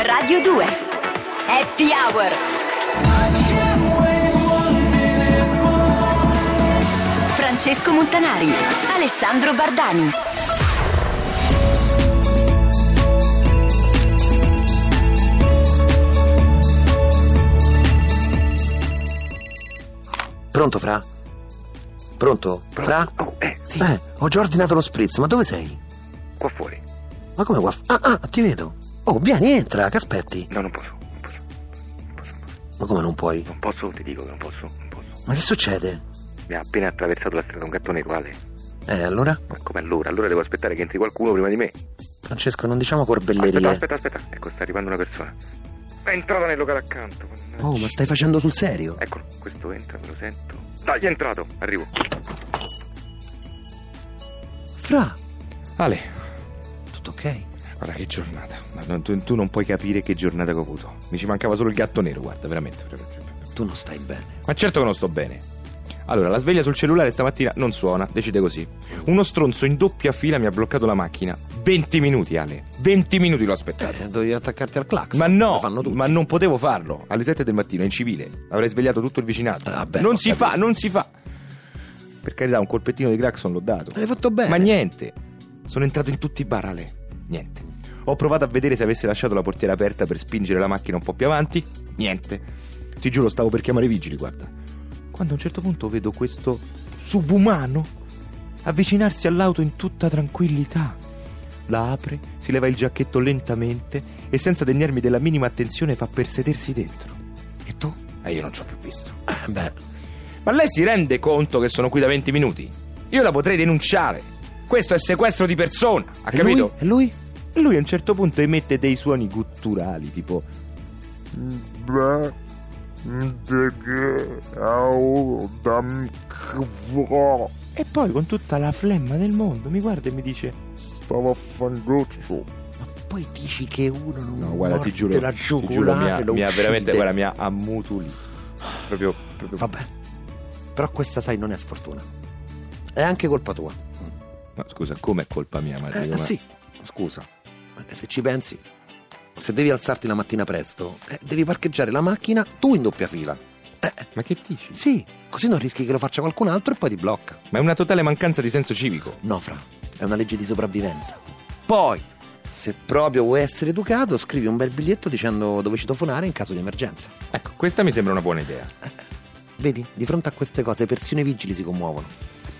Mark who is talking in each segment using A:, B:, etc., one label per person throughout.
A: Radio 2 Happy Hour Francesco Montanari Alessandro Bardani
B: Pronto, Fra? Pronto? Fra?
C: Oh, eh, sì,
B: Eh, ho già ordinato lo spritz, ma dove sei?
C: qua fuori.
B: Ma come qua? Ah, ah, ti vedo. Oh, vieni, entra, che aspetti?
C: No, non posso, non posso, non posso, non posso.
B: Ma come non puoi?
C: Non posso, ti dico che non posso, non posso.
B: Ma che succede?
C: Mi ha appena attraversato la strada un gatto nero, Ale.
B: Eh, allora?
C: Ma come allora? Allora devo aspettare che entri qualcuno prima di me.
B: Francesco, non diciamo
C: Aspetta,
B: corbellerie.
C: aspetta, aspetta. Ecco, sta arrivando una persona. È entrata nel locale accanto. mannaggia.
B: Oh, ma stai facendo sul serio?
D: Ecco.
C: Eccolo, questo entra, me lo sento. Dai, è entrato, arrivo.
B: Fra,
D: Ale,
B: tutto ok?
D: guarda che giornata. Ma non- tu, tu non puoi capire che giornata che ho avuto. Mi ci mancava solo il gatto nero, guarda, veramente.
B: Tu non stai bene.
D: Ma certo che non sto bene. Allora, la sveglia sul cellulare stamattina non suona, decide così. Uno stronzo in doppia fila mi ha bloccato la macchina. 20 minuti, Ale. 20 minuti l'ho aspettato.
B: Eh, dovevi attaccarti al clax.
D: Certo. Ma no,
B: Lo fanno tutti.
D: ma non potevo farlo. Alle 7 del mattino, in civile. Avrei svegliato tutto il vicinato.
B: Eh, vabbè, ho
D: non si
B: capito.
D: fa, non si fa. Eh, Per carità, un colpettino di Glaxon l'ho dato.
B: Hai fatto bene.
D: Ma niente. Sono entrato in tutti i bar, Ale. Niente. Ho provato a vedere se avesse lasciato la portiera aperta per spingere la macchina un po' più avanti. Niente. Ti giuro, stavo per chiamare i vigili, guarda. Quando a un certo punto vedo questo subumano avvicinarsi all'auto in tutta tranquillità. La apre, si leva il giacchetto lentamente e senza degnarmi della minima attenzione fa per sedersi dentro. E tu? E io non ci ho più visto.
B: Eh, beh,
D: Ma lei si rende conto che sono qui da 20 minuti? Io la potrei denunciare. Questo è sequestro di persona, ha
B: e
D: capito?
B: lui? E lui?
D: E lui a un certo punto emette dei suoni gutturali, tipo
E: Bra- dege- au- dam- kvo.
D: e poi con tutta la flemma del mondo mi guarda e mi dice
E: Stava a fangoccio.
B: Ma poi dici che uno non
D: No, guarda, ti
B: morde
D: giuro,
B: la
D: ti giuro mi ha,
B: giugulare, lo
D: mi ha veramente
B: uccide.
D: guarda, mi ha ammutulito. Proprio, proprio
B: Vabbè. Però questa, sai, non è sfortuna. È anche colpa tua.
D: Ma scusa, com'è colpa mia,
B: Eh,
D: Matteo? ma-
B: sì, scusa, ma se ci pensi, se devi alzarti la mattina presto, eh, devi parcheggiare la macchina tu in doppia fila. Eh,
D: Ma che dici?
B: sì, così non rischi che lo faccia qualcun altro e poi ti blocca.
D: Ma è una totale mancanza di senso civico.
B: No, Fra, è una legge di sopravvivenza. Poi, se proprio vuoi essere educato, scrivi un bel biglietto dicendo dove citofonare in caso di emergenza.
D: Ecco, questa mi sembra una buona idea.
B: Vedi, di fronte a queste cose persino i vigili si commuovono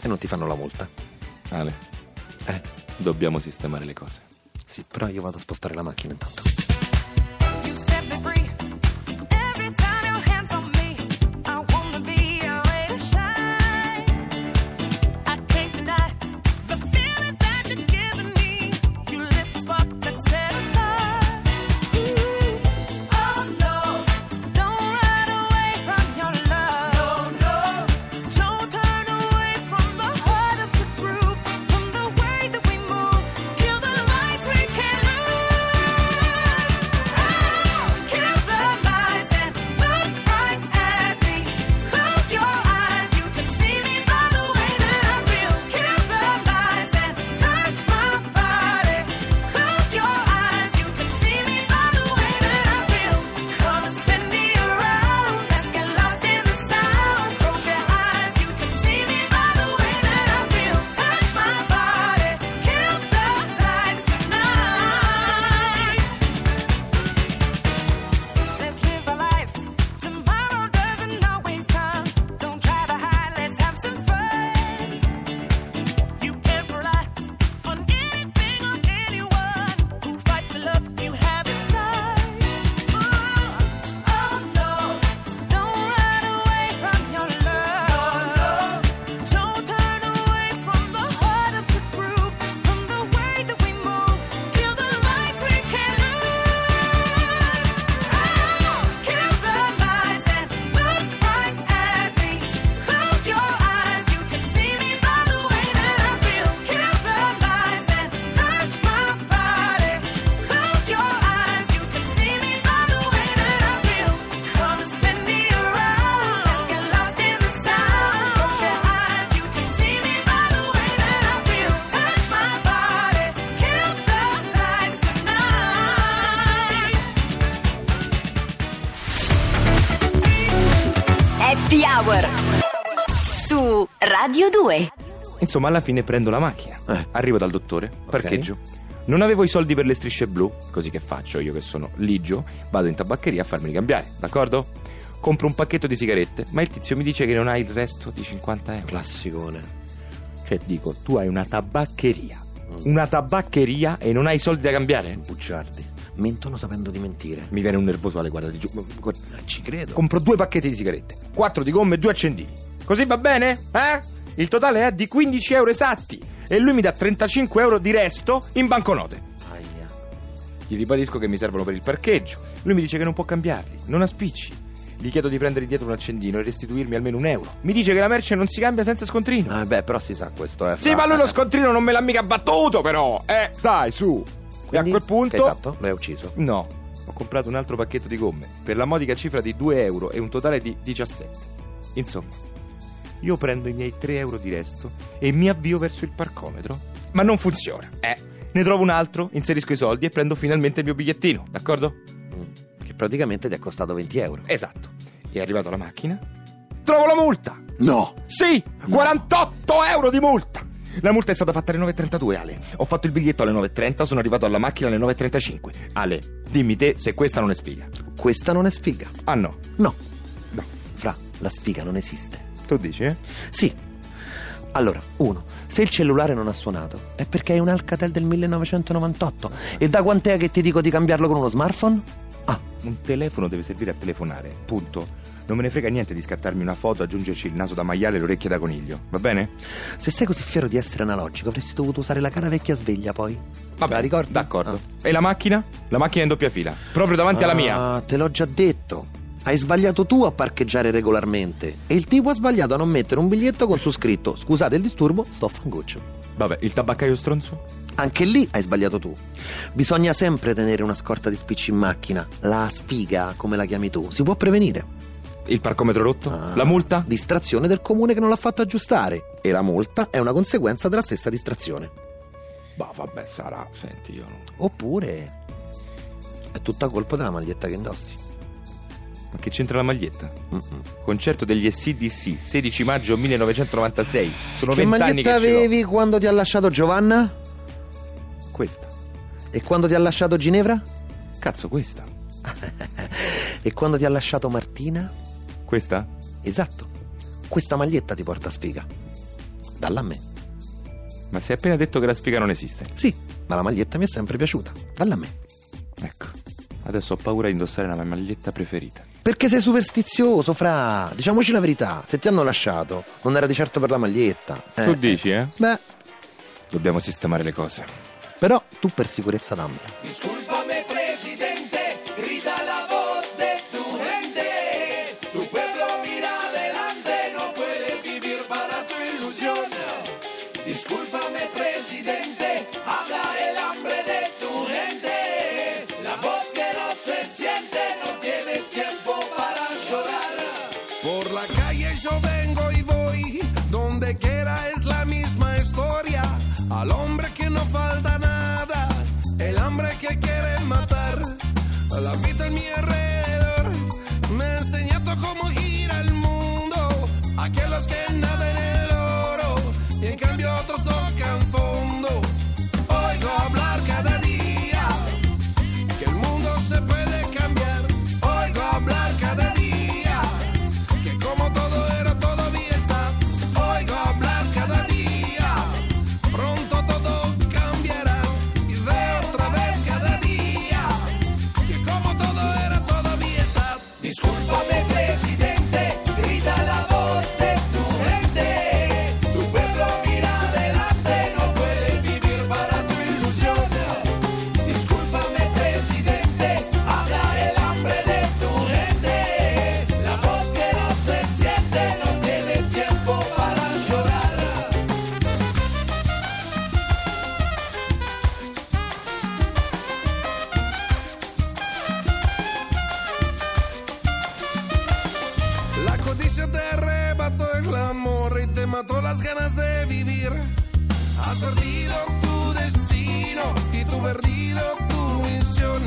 B: e non ti fanno la multa.
D: Ale,
B: Eh,
D: dobbiamo sistemare le cose.
B: sì, però io vado a spostare la macchina intanto.
F: You set me free. Every time your hands on me, I wanna be a ray to shine. I can't deny the feeling that you're giving me. You lit the spark that set us Oh no, don't run away from your love. No, don't turn away from the heart of the groove, from the way that we move. Kill the lights we can't lose. Oh, Oh, Oh,
A: Hour su Radio 2.
D: Insomma, alla fine prendo la macchina.
B: Eh.
D: Arrivo dal dottore, parcheggio. Non avevo i soldi per le strisce blu, così che faccio io che sono ligio, vado in tabaccheria a farmi cambiare, d'accordo? Compro un pacchetto di sigarette, ma il tizio mi dice che non ha il resto di 50 euro.
B: Classicone.
D: Cioè, dico, tu hai una tabaccheria. Una tabaccheria e non hai i soldi da cambiare?
B: Bugiardi. Mentono sapendo di mentire.
D: Mi viene un nervoso alle guarda, ti giuro. guarda.
B: Non ci credo.
D: Compro due pacchetti di sigarette, quattro di gomme e due accendini. Così va bene? Eh? Il totale è di 15 euro esatti e lui mi dà 35 euro di resto in banconote.
B: Aia.
D: Gli ribadisco che mi servono per il parcheggio. Lui mi dice che non può cambiarli, non ha spicci. Gli chiedo di prendere dietro un accendino e restituirmi almeno un euro. Mi dice che la merce non si cambia senza scontrino.
B: Ah, beh, però si sa questo, eh.
D: Sì,
B: fra-
D: ma lui lo scontrino non me l'ha mica battuto, però! Eh, dai, su!
B: Quindi,
D: e a quel punto.
B: Che hai fatto? L'hai ucciso.
D: No, ho comprato un altro pacchetto di gomme per la modica cifra di 2 euro e un totale di 17. Insomma, io prendo i miei 3 euro di resto e mi avvio verso il parcometro, ma non funziona. Eh, ne trovo un altro, inserisco i soldi e prendo finalmente il mio bigliettino, d'accordo?
B: Mm. Che praticamente ti è costato 20 euro.
D: Esatto. È arrivato alla macchina. Trovo la multa!
B: No!
D: Sì, 48 euro di multa! La multa è stata fatta alle 9.32, Ale. Ho fatto il biglietto alle 9.30, sono arrivato alla macchina alle 9.35. Ale, dimmi te se questa non è sfiga.
B: Questa non è sfiga.
D: Ah no,
B: No.
D: No.
B: Fra, la sfiga non esiste.
D: tu dici, eh?
B: Sì. Allora, uno, se il cellulare non ha suonato è perché è un Alcatel del 1998. E da quant'è che ti dico di cambiarlo con uno smartphone? Ah,
D: Un telefono deve servire a telefonare, punto. Non me ne frega niente di scattarmi una foto, aggiungerci il naso da maiale e le orecchie da coniglio, va bene?
B: se sei così fiero di essere analogico, avresti dovuto usare la cara vecchia sveglia poi.
D: Va
B: Te la
D: bene,
B: ricordi?
D: D'accordo.
B: Ah.
D: E la macchina? La macchina è in doppia fila, proprio davanti alla mia.
B: Ah, te l'ho già detto. Hai sbagliato tu a parcheggiare regolarmente. E il tipo ha sbagliato a non mettere un biglietto con su scritto: Scusate il disturbo, sto a fangoccio.
D: Vabbè, il tabaccaio stronzo?
B: Anche lì hai sbagliato tu. Bisogna sempre tenere una scorta di spicci in macchina. La sfiga, come la chiami tu, si può prevenire.
D: Il parcometro rotto?
B: Ah.
D: La multa?
B: Distrazione del comune che non l'ha fatto aggiustare. E la multa è una conseguenza della stessa distrazione.
D: Bah, vabbè, sarà, senti, io non...
B: Oppure. È tutta colpa della maglietta che indossi.
D: Ma che c'entra la maglietta?
B: Mm-mm.
D: Concerto degli SCDC, 16 maggio 1996. Sono
B: Che
D: 20 anni che
B: maglietta
D: ce l'ho.
B: avevi quando ti ha lasciato Giovanna?
D: Questa.
B: E quando ti ha lasciato Ginevra?
D: Cazzo, questa.
B: E quando ti ha lasciato Martina?
D: Questa?
B: Esatto, questa maglietta ti porta sfiga. Dalla a me.
D: Ma si è appena detto che la sfiga non esiste.
B: Sì, ma la maglietta mi è sempre piaciuta. Dalla a me.
D: Ecco, adesso ho paura di indossare la mia maglietta preferita.
B: Perché sei superstizioso, fra. Diciamoci la verità, se ti hanno lasciato, non era di certo per la maglietta. eh.
D: Tu dici, eh?
B: Beh,
D: Dobbiamo sistemare le cose.
B: però tu per sicurezza dammela.
G: Por la calle yo vengo y voy, donde quiera es la misma historia. Al hombre que no falta nada, el hambre que quiere matar. A la vida en mi alrededor me enseñato cómo gira el mundo. Aquellos que nadan en el oro y en cambio otros tocan fondo. Oigo hablar cada día que el mundo se puede cambiar. Oigo hablar cada día que como todo era todavía está. Oigo hablar cada día, pronto todo cambiará y veo otra vez cada día que como todo era todavía está. Discúlpame presidente, grita la voz de tu gente, tu pueblo mira adelante, no puede vivir para tu ilusión. Discúlpame presidente, habla el hambre de tu gente, la voz que no se siente no tiene tiempo para llorar. La codicia te arrebató el amor y te mató las ganas de vivir. Has perdido tu destino y tu perdido tu misión.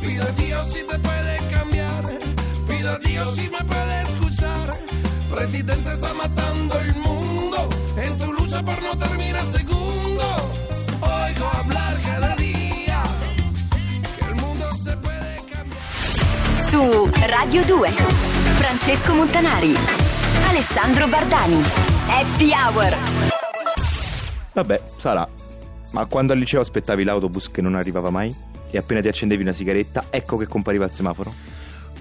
G: Pido a Dios si te puede cambiar. Pido a Dios si me puede escuchar. Pregunta presidente está matando el mundo. En tu lucha por no terminar segundo. Oigo hablar cada día que el mundo se puede cambiar.
A: Su Radio 2 Francesco Montanari, Alessandro Bardani, Happy Hour.
D: Vabbè, sarà. Ma quando al liceo aspettavi l'autobus che non arrivava mai e appena ti accendevi una sigaretta, ecco che compariva il semaforo?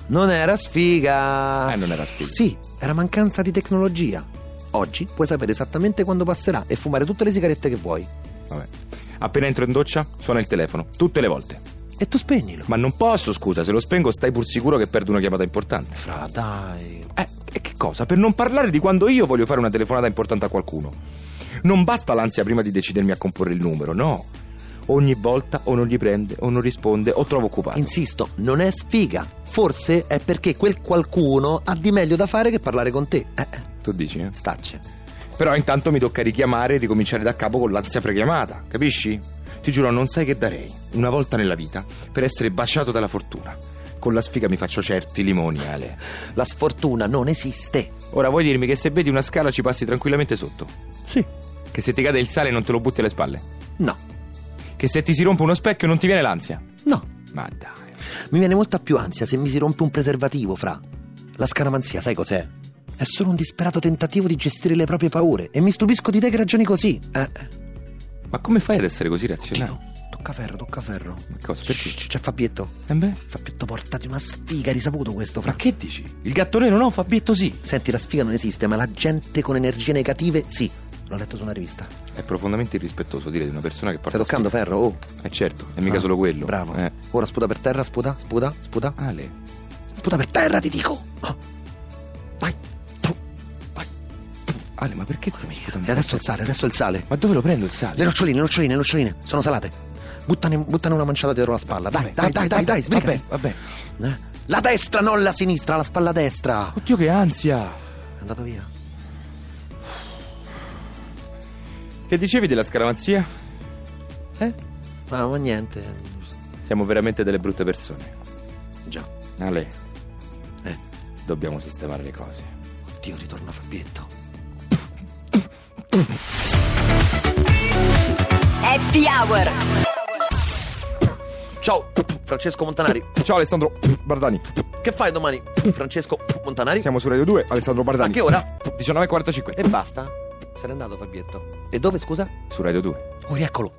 B: Non era sfiga.
D: Eh, non era sfiga.
B: Sì, era mancanza di tecnologia. Oggi puoi sapere esattamente quando passerà e fumare tutte le sigarette che vuoi.
D: Vabbè. Appena entro in doccia, suona il telefono, tutte le volte.
B: E tu spegnilo.
D: Ma non posso, scusa, se lo spengo stai pur sicuro che perdo una chiamata importante.
B: Fra, dai.
D: Eh, e che cosa? Per non parlare di quando io voglio fare una telefonata importante a qualcuno. Non basta l'ansia prima di decidermi a comporre il numero, no. Ogni volta o non gli prende, o non risponde, o trovo occupato.
B: Insisto, non è sfiga. Forse è perché quel qualcuno ha di meglio da fare che parlare con te. Eh, eh,
D: tu dici, eh?
B: stacce.
D: Però intanto mi tocca richiamare e ricominciare da capo con l'ansia prechiamata, capisci? Ti giuro, non sai che darei, una volta nella vita, per essere baciato dalla fortuna. Con la sfiga mi faccio certi limoni, Ale.
B: La sfortuna non esiste.
D: Ora vuoi dirmi che se vedi una scala ci passi tranquillamente sotto?
B: Sì.
D: Che se ti cade il sale non te lo butti alle spalle?
B: No,
D: Che se ti si rompe uno specchio non ti viene l'ansia?
B: no.
D: Ma dai.
B: Mi viene molta più ansia se mi si rompe un preservativo, fra. La scaramanzia, sai cos'è? È solo un disperato tentativo di gestire le proprie paure. E mi stupisco di te che ragioni così. Eh,
D: Ma come fai ad essere così razionale?
B: Dio, tocca ferro, tocca ferro.
D: Ma cosa? Perché?
B: C'è Fabietto.
D: Eh beh.
B: Fabietto, portati una sfiga, hai risaputo questo, fra.
D: Ma che dici? Il gattonero no, Fabietto sì.
B: Senti, la sfiga non esiste, ma la gente con energie negative, sì. L'ho letto su una rivista.
D: È profondamente irrispettoso dire di una persona che porta.
B: Stai toccando ferro, oh.
D: Eh certo, è mica
B: Ah,
D: solo quello.
B: Bravo.
D: Eh.
B: Ora sputa per terra, sputa, sputa, sputa.
D: Ale.
B: Sputa per terra, ti dico. Ah. Vai. Tu. Vai.
D: Ale, ma perché stai
B: E adesso il sale, adesso il sale.
D: Ma dove lo prendo il sale?
B: Le noccioline, le noccioline, le noccioline, sono salate. Buttane, buttane una manciata dietro la spalla. Dai, dai, dai, dai, dai, sbrigati.
D: Vabbè,
B: Eh? La destra, non la sinistra, la spalla destra.
D: Oddio che ansia!
B: È andato via.
D: Che dicevi della scaramanzia?
B: Eh? Ma, ma niente.
D: Siamo veramente delle brutte persone.
B: Già.
D: Ale,
B: Eh,
D: dobbiamo sistemare le cose.
B: oddio, ritorna Fabietto.
A: Happy Hour.
B: Ciao, Francesco Montanari.
D: Ciao Alessandro Bardani.
B: Che fai domani? Francesco Montanari?
D: Siamo su Radio 2, Alessandro Bardani.
B: A che ora?
D: 19.45.
B: E basta. Se n'è andato Fabietto. E dove, scusa?
D: Su Radio 2.
B: Oh, eccolo.